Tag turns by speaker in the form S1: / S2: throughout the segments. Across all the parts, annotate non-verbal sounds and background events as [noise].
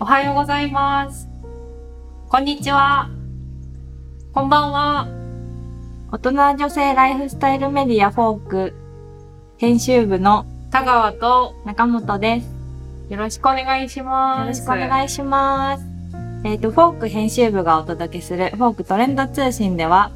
S1: おはようございます。こんにちは。こんばんは。
S2: 大人女性ライフスタイルメディアフォーク編集部の
S1: 田川と
S2: 中本です。
S1: よろしくお願いします。
S2: よろしくお願いします。えっ、と、フォーク編集部がお届けするフォークトレンド通信では、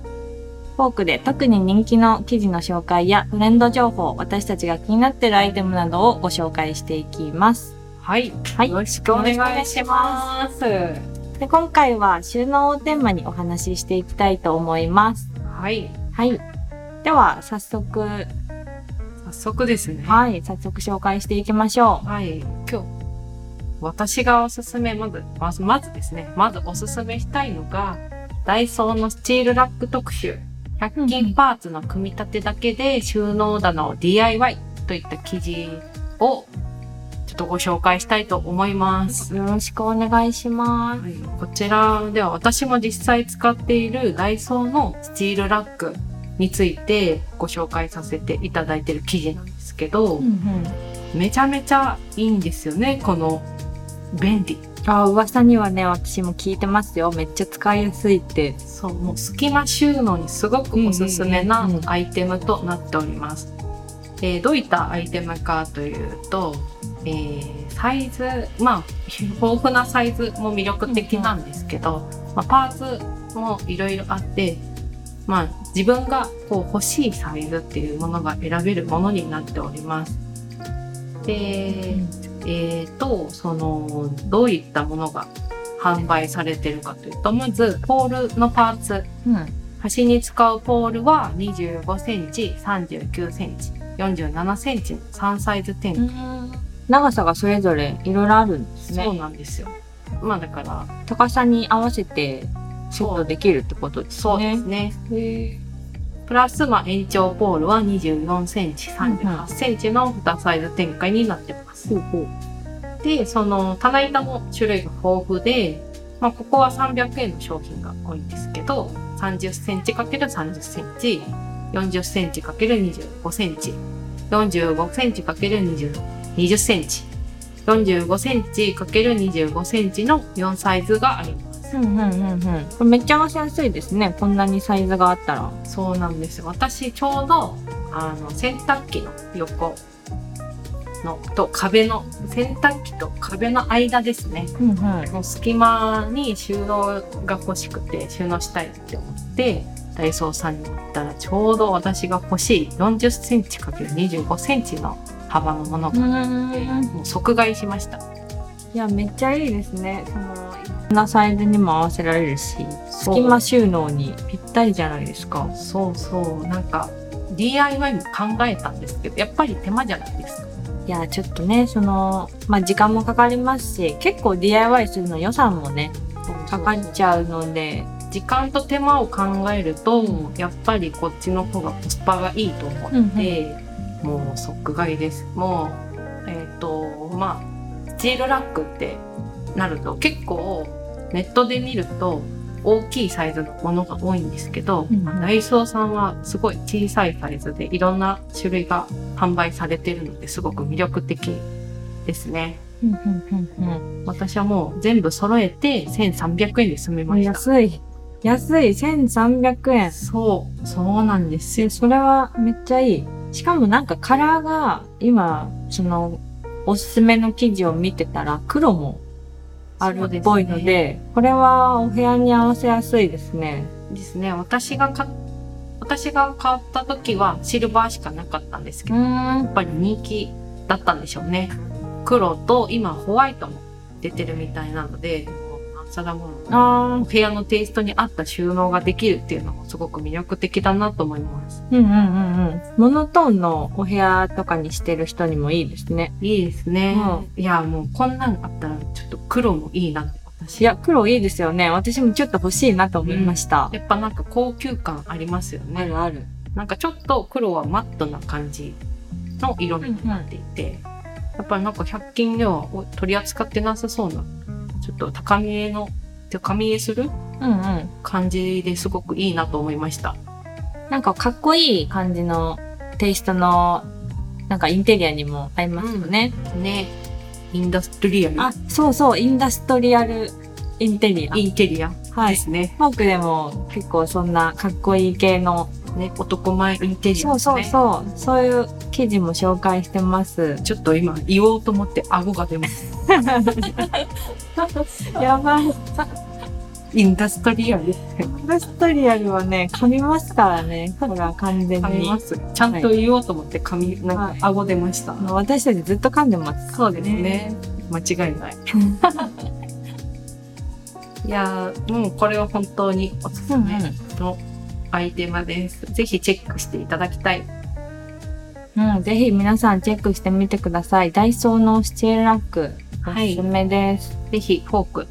S2: フォークで特に人気の記事の紹介やトレンド情報、私たちが気になってるアイテムなどをご紹介していきます。
S1: はい。
S2: はい
S1: よろしくお願いします。
S2: で今回は収納をテーマにお話ししていきたいと思います。
S1: はい。
S2: はい。では、早速、
S1: 早速ですね。
S2: はい、早速紹介していきましょう。
S1: はい。今日、私がおすすめ、まず、まずまずですね、まずおすすめしたいのが、ダイソーのスチールラック特集。100均パーツの組み立てだけで収納棚を DIY といった記事をちょっとご紹介したいと思います。
S2: よろしくお願いします。
S1: はいこちらでは私も実際使っているダイソーのスチールラックについてご紹介させていただいている記事なんですけど、めちゃめちゃいいんですよね、この便利。
S2: あ噂にはね私も聞いてますよめっちゃ使いやすいって
S1: そう、もう隙間収納にすごくおすすめな
S2: うんうんうん
S1: アイテムとなっております。えーどういったアイテムかというと、えーサイズ、まあ、豊富なサイズも魅力的なんですけど、まあ、パーツもいろいろあって、まあ、自分がこう欲しいサイズっていうものが選べるものになっております。で、えー、とそのどういったものが販売されてるかというとまずポールのパーツ
S2: うん
S1: 端に使うポールは2 5センチ3 9センチ4 7センチの3サイズ展開、
S2: 長さがそれぞれいろいろあるんです
S1: そう
S2: ね
S1: なんですよまあだから
S2: 高さに合わせてセットできるってことです
S1: そうで
S2: ね
S1: すね
S2: へ
S1: プラス、まあ、延長ポールは2 4センチ3 8センチの2サイズ展開になってます
S2: ほうほう
S1: でその棚板も種類が豊富で、まあ、ここは300円の商品が多いんですけど3 0ンチ ×3 0ンチ4 0ンチ ×25 センチ45センチ ×20 センチ45センチ ×25 センチの4サイズがあります
S2: うんうんうんうんこれめっちゃ合わせやすいですねこんなにサイズがあったら
S1: そうなんですよ私ちょうどあの洗濯機の横のと壁の洗濯機と壁の間ですね
S2: うんうん
S1: もう隙間に収納が欲しくて収納したいって思ってダイソーさんに行ったらちょうど私が欲しい40センチ ×25 センチの幅のものがもう即買いしました
S2: いやめっちゃいいですねそのいろんなサイズにも合わせられるし隙間収納にぴったりじゃないですか
S1: そうそうなんか DIY も考えたんですけどやっぱり手間じゃないですか
S2: いやちょっとねその、まあ、時間もかかりますし結構 DIY するの予算もねかかっちゃうので
S1: 時間と手間を考えると、やっぱりこっちの方がコスパがいいと思って、もう即買いですもうえっ、とまあスチールラックってなると結構ネットで見ると大きいサイズのものが多いんですけど、
S2: うんうん
S1: まあダイソーさんはすごい小さいサイズでいろんな種類が販売されてるのですごく魅力的ですね私はもう全部揃えて1300円で済み
S2: もう
S1: ました
S2: 安い安い1300円
S1: そう、そうなんですよ。
S2: それはめっちゃいいしかもなんかカラーが今そのおすすめの生地を見てたら黒もあるっぽいの
S1: そ
S2: で
S1: うで
S2: これはお部屋に合わせやすいですね
S1: ですね。私が買っ私が買った時はシルバーしかなかったんですけど、
S2: ん
S1: やっぱり人気だったんでしょうね。黒と今ホワイトも出てるみたいなので、もうなんさらもう
S2: あ
S1: お部屋のテイストに合った収納ができるっていうのもすごく魅力的だなと思います。
S2: うんうんうんうんモノトーンのお部屋とかにしてる人にもいいですね
S1: いいですね。
S2: う
S1: いや、もうこんなんあったらちょっと黒もいいなって
S2: い
S1: 私。や
S2: や、黒いいですよね。私もちょっと欲しいなと思いました。
S1: っぱなんか高級感ありますよね。
S2: あるある。
S1: なんかちょっと黒はマットな感じの色味になっていて、やっぱりなんか100均では取り扱ってなさそうな、ちょっと高みえの、高みえする
S2: うんうん。
S1: 感じですごくいいなと思いました。
S2: なんかかっこいい感じのテイストの、なんかインテリアにも合いますよね。
S1: ね。インダストリア
S2: あ、そうそう、インダストリアルインテリア
S1: ル。。インテリア
S2: は
S1: で
S2: い。
S1: すね。
S2: フォークでも結構そんなかっこいい系の、
S1: ね。男前インテリアですね。
S2: そうそうそう、そういう記事も紹介してます。 [laughs]
S1: ちょっと今言おうと思って顎が出ます。
S2: やばい。イ
S1: インダストリアルって
S2: ンダストリアルはね、噛みますからね、これは完全
S1: 噛み
S2: に。
S1: ます。ちゃんと言おうと思って噛み、な
S2: は
S1: ん
S2: い
S1: か顎出ました。
S2: あの私たちずっと噛んでます。
S1: そうですね。間違いない。 [laughs] いやー、うん、これは本当におすす
S2: うんう
S1: め
S2: ん。
S1: のアイテムです。ぜひチェックしていただきたい。
S2: うん、ぜひ皆さんチェックしてみてください。ダイソーのスチールラック、お
S1: は
S2: す
S1: い
S2: す。めです。
S1: ぜひ、フォーク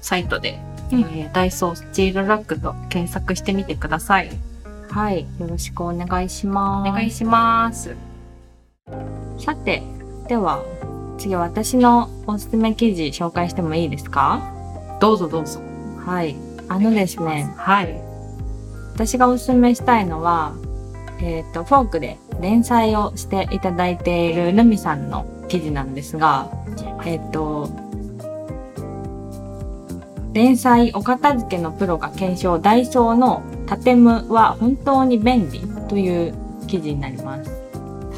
S1: サイトで、
S2: うん
S1: えーダイソースチールラックと検索してみてください。
S2: はい、よろしくお願いし
S1: お
S2: ます。
S1: 願いします。
S2: さて、では、次は私のおすすめ記事紹介してもいいですか
S1: どうぞどうぞ。
S2: はい。あのですね、
S1: はい。
S2: 私がおすすめしたいのは、えっ、と、フォークで連載をしていただいているルミさんの記事なんですが、えっ、と、連載お片付けのプロが検証ダイソーのタテムは本当に便利という記事になります。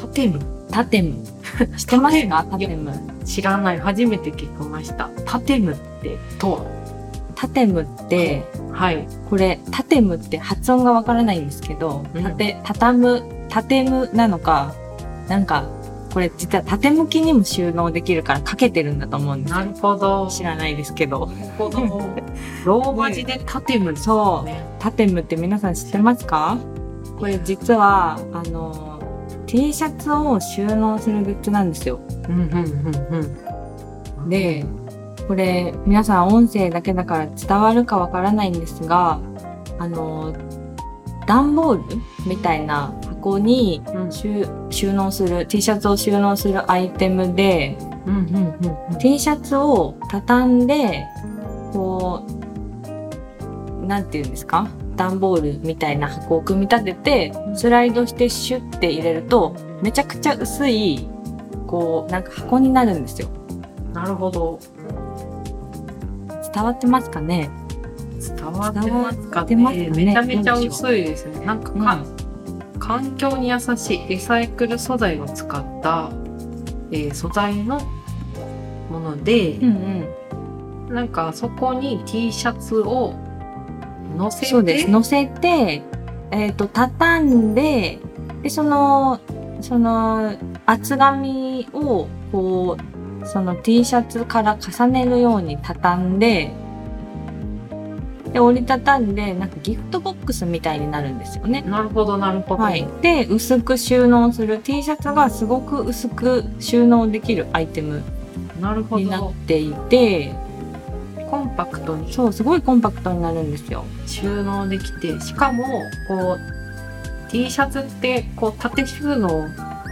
S1: ハテム
S2: タテム。知ってますかタテム。
S1: 知らない。初めて聞きました。タテムって、とは
S2: タテムって、
S1: はい。
S2: これタテムって発音がわからないんですけど、
S1: うん
S2: たて畳むタテムなのかなんかこれ実は縦向きにも収納できるからかけてるんだと思うんです
S1: なるほど。
S2: 知らないですけど
S1: なるほど。ローマ字でタテムです
S2: そう
S1: ね。
S2: タテムって皆さん知ってますかこれ実はあの T シャツを収納するグッズなんですよ
S1: うんうんうんうん。
S2: でこれ皆さん音声だけだから伝わるかわからないんですがあの段ボールみたいな箱に
S1: うん
S2: 収収納する T シャツを収納するアイテムで
S1: うんうんうんうん。
S2: T シャツを畳んでこうなんて言うんですか段ボールみたいな箱を組み立ててスライドしてシュッて入れるとめちゃくちゃ薄いこうなんか箱になるんですよ
S1: なるほど。
S2: 伝わってますかね
S1: 伝わってますか
S2: 伝わってます
S1: ね。
S2: か
S1: めち
S2: ね
S1: ゃめちゃ薄いですね。なんかか、環境に優しいリサイクル素材を使った、えー素材のもので、
S2: うんうん
S1: なんかそこに T シャツを乗せて
S2: そうです乗せて、えっと畳んででそのその厚紙をこうその T シャツから重ねるように畳んでで折りたたんでなんかギフトボックスみたいになるんですよね。
S1: なるほどなるほど、
S2: はい、で薄く収納する T シャツがすごく薄く収納できるアイテム
S1: なるほ
S2: になっ
S1: ど
S2: ていて
S1: コンパクトに
S2: そうすごいコンパクトになるんですよ。
S1: 収納できてしかもこう T シャツってこう縦収納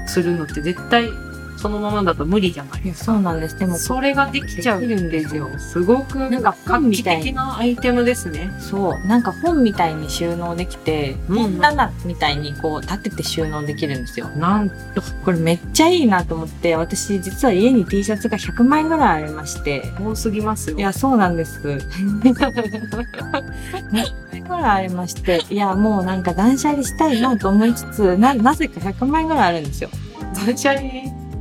S1: するのって絶対そのままだと無理じゃない
S2: いやそうなんですでも
S1: それができちゃう
S2: できるんですよ
S1: すごく
S2: なんか
S1: 画
S2: 本み
S1: 期
S2: たい
S1: 的なアイテムですね。
S2: そうなんか本みたいに収納できて
S1: うん
S2: 棚みたいにこう立てて収納できるんですよ
S1: なん
S2: これめっちゃいいなと思って私実は家に T シャツが100枚ぐらいありまして
S1: 多すぎますよ。
S2: いやそうなんです100枚ぐらいありましていやもうなんか断捨離したいなと思いつつななぜか100枚ぐらいあるんですよ
S1: 断捨離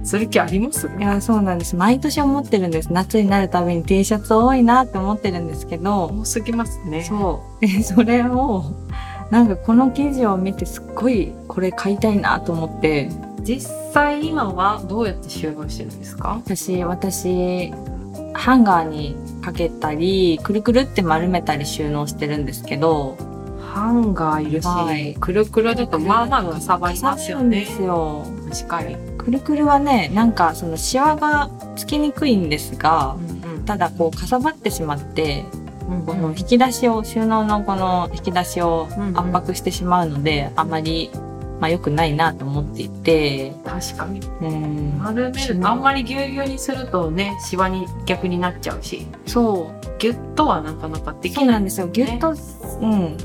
S1: する気あります
S2: いやそうなんです毎年思ってるんです夏になるたびに T シャツ多いなって思ってるんですけど
S1: 多すぎますね。
S2: そう。で、それを、なんかこの記事を見てすっごいこれ買いたいなと思って、
S1: 実際今はどうやって収納してるんですか
S2: 私、私、ハンガーにかけたり、くるくるって丸めたり収納してるんですけど、
S1: ハンガーいるし、
S2: はい
S1: くるくるだとまあまあかさばりますよね
S2: か。さばるんで
S1: 確かに。
S2: すよ。くるくるはね、なんかそのシワがつきにくいんですが、ただこうかさばってしまって、
S1: うん
S2: この引き出しを、収納のこの引き出しを
S1: うん
S2: 圧迫してしまうので、あまり、まあ良くないなと思っていて、
S1: 確かに。
S2: うん
S1: 丸める。あんまりぎゅうぎゅうにするとね、シワに逆になっちゃうし、
S2: そう
S1: ギュッとはなかなかで
S2: そう
S1: き
S2: な
S1: ない。
S2: んですよぎゅっと、うん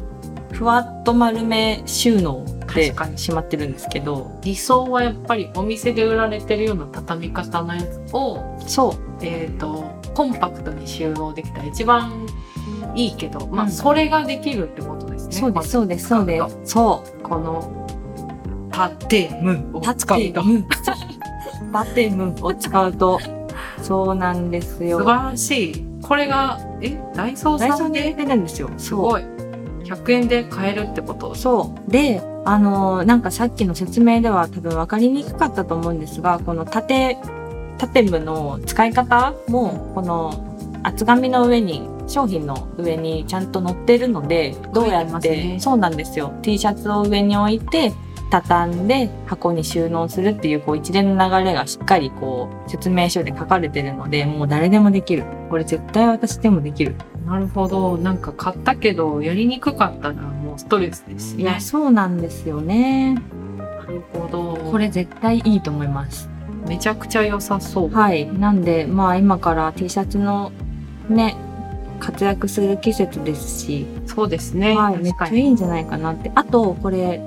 S2: ふわっと丸め収納で
S1: 確かに
S2: しまってるんですけど
S1: 理想はやっぱりお店で売られてるような畳み方のやつを、
S2: そう
S1: えー、とコンパクトに収納できたら一番いいけど、ま
S2: う
S1: あ、
S2: ん
S1: それができるってことですね。
S2: そうですそうですそうですそ
S1: このタテムを
S2: う
S1: 使うと
S2: ム [laughs] ーンタテムーンを使うとそうなんですよ
S1: 素晴らしいこれがえダイソー
S2: ダイソ
S1: さ
S2: ー
S1: ん
S2: で売っ
S1: で
S2: てるんですよ
S1: す
S2: そう
S1: ごい100円で買えるってこと
S2: そう。で、あのーなんかさっきの説明では多分分かりにくかったと思うんですが、この縦、縦部の使い方も、この厚紙の上に、商品の上にちゃんと載ってるので、どう
S1: 書
S2: や
S1: いてま
S2: っ
S1: す
S2: て、
S1: ね
S2: そうなんですよ。T シャツを上に置いて、畳んで箱に収納するっていうこう一連の流れがしっかりこう説明書で書かれてるのでもう誰でもできるこれ絶対私でもできる
S1: なるほどなんか買ったけどやりにくかったらもうストレスです
S2: い
S1: ね
S2: やそうなんですよね
S1: なるほど
S2: これ絶対いいと思います
S1: めちゃくちゃ良さそう、
S2: はい。なんで、まあ今から T シャツのね、活躍する季節ですし、
S1: そうですね、
S2: はい、め
S1: 確
S2: っち
S1: か
S2: ゃい
S1: に
S2: いんじゃないかなって。あと、これ、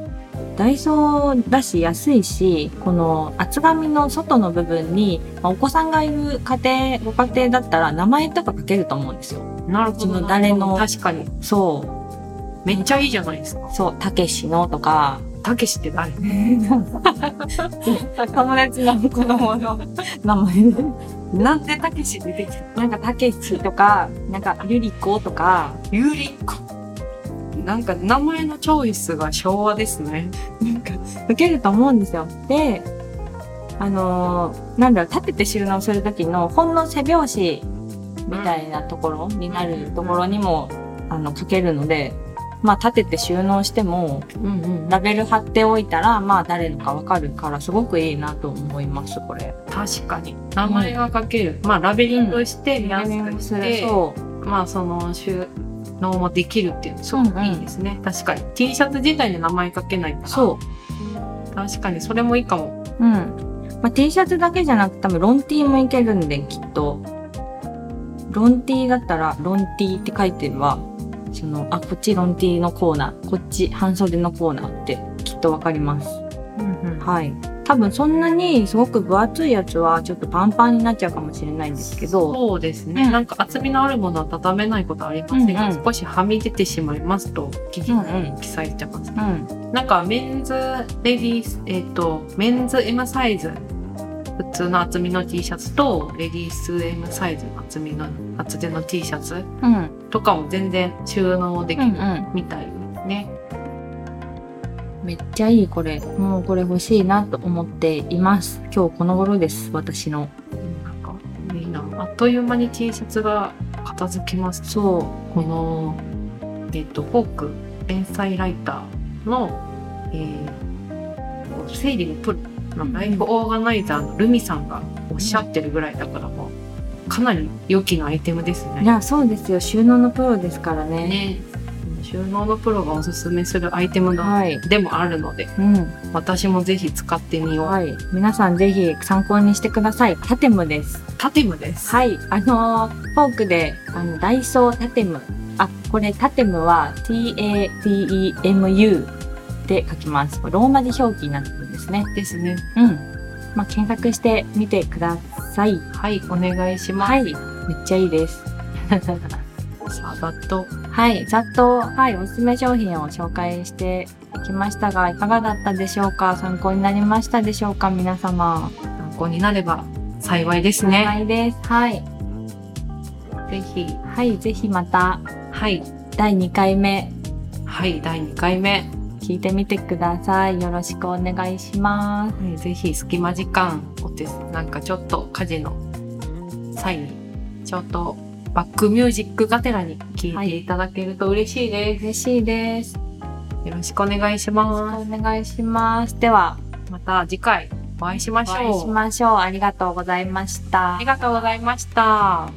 S2: ダイソーだし安いし、この厚紙の外の部分に、まあお子さんがいる家庭、ご家庭だったら名前とか書けると思うんですよ。
S1: なるほ
S2: そ
S1: ど
S2: の誰の
S1: 確かに
S2: そ
S1: めっちゃいいじゃないですか
S2: う、そう、たけしのとか、
S1: たけしって誰
S2: [laughs] 友達の子供の名前で。
S1: なんでたけし出てきた
S2: なんかたけしとか、なんかゆり子とか、
S1: ゆりかなんか名前のチョイスが昭和ですね
S2: なんか、受けると思うんですよ。で、あのーなんだろう、立てて収納する時の、ほんの背拍子みたいなところになるところにも、あの、書けるので、まあ、立てて収納しても、
S1: うんうん
S2: ラベル貼っておいたら、まあ、誰のかわかるから、すごくいいなと思います、これ。
S1: 確かに名前が書ける、まあラベリングして見やすくして、
S2: そう。
S1: まあその収納もできるっていうのすごくいいですね、確かに T シャツ自体に名前書けないから
S2: そう
S1: 確かにそれもいいかも
S2: う。うん。まあ、T シャツだけじゃなく、多分、ロン T もいけるんで、きっと。ロン T だったら、ロン T って書いてれば、その、あ、こっちロン T のコーナー、こっち半袖のコーナーって、きっとわかります。
S1: は
S2: はい。多分、そんなに、すごく分厚いやつは、ちょっとパンパンになっちゃうかもしれないんですけど、
S1: そうですね、
S2: うん
S1: なんか厚みのあるものは畳めないことはありませんが、
S2: うんうん
S1: 少しはみ出てしまいますと記事に記載してます、
S2: うん。
S1: なんかメンズレディースえっ、とメンズ M サイズ普通の厚みの T シャツとレディース M サイズの厚みの厚手の T シャツ
S2: うん。
S1: とかも全然収納でき
S2: うん。う
S1: る
S2: ん。
S1: みたいですね。
S2: めっちゃいい、これ。もう、これ欲しいなと思っています。今日この頃です、私の。
S1: なんかいいなあっという間に T シャツが片付きます
S2: そう。
S1: この、えっとフォーク連載ライターの、えー整理のプロ、まあラ
S2: うん
S1: イフオーガナイザーのルミさんがおっしゃってるぐらいだからもうかなり良きなアイテムです
S2: い
S1: ね。
S2: や、そうですよ。収納のプロですからね。
S1: ね収納のプロがおすすめするアイテムが
S2: はい。
S1: でもあるので
S2: うん。
S1: 私もぜひ使ってみよう。
S2: はい。皆さんぜひ参考にしてください。タテムです。
S1: タティムです。
S2: はい。あのーフォークで、あの、ダイソータテム。あ、これタテムは T-A-T-E-M-U で書きます。これローマ字表記になってるんですね。
S1: ですね。
S2: うん。まあ、検索してみてください。
S1: はい、お願いします。
S2: はい。めっちゃいいです。
S1: さあ、ざっと
S2: はい、ざっと、はい、おすすめ商品を紹介していきましたが、いかがだったでしょうか参考になりましたでしょうか皆様。
S1: 参考になれば幸いですね。
S2: 幸いです。はい。
S1: ぜひ、
S2: はい、ぜひまた、
S1: はい、
S2: 第2回目、
S1: はい、第2回目。
S2: 聞いてみてください。よろしくお願いします。
S1: はい、ぜひ隙間時間お手なんかちょっと家事の際にちょっとバックミュージックがてらに聞いていただけると嬉しいです、
S2: 嬉しいです。よ
S1: よろしくお願いし
S2: ろ
S1: ま
S2: しくお願いします。では、
S1: すまた次回お会いしま
S2: お
S1: しょ
S2: 会いし
S1: う
S2: ましょう。ありがとうございました
S1: あり。がとうございました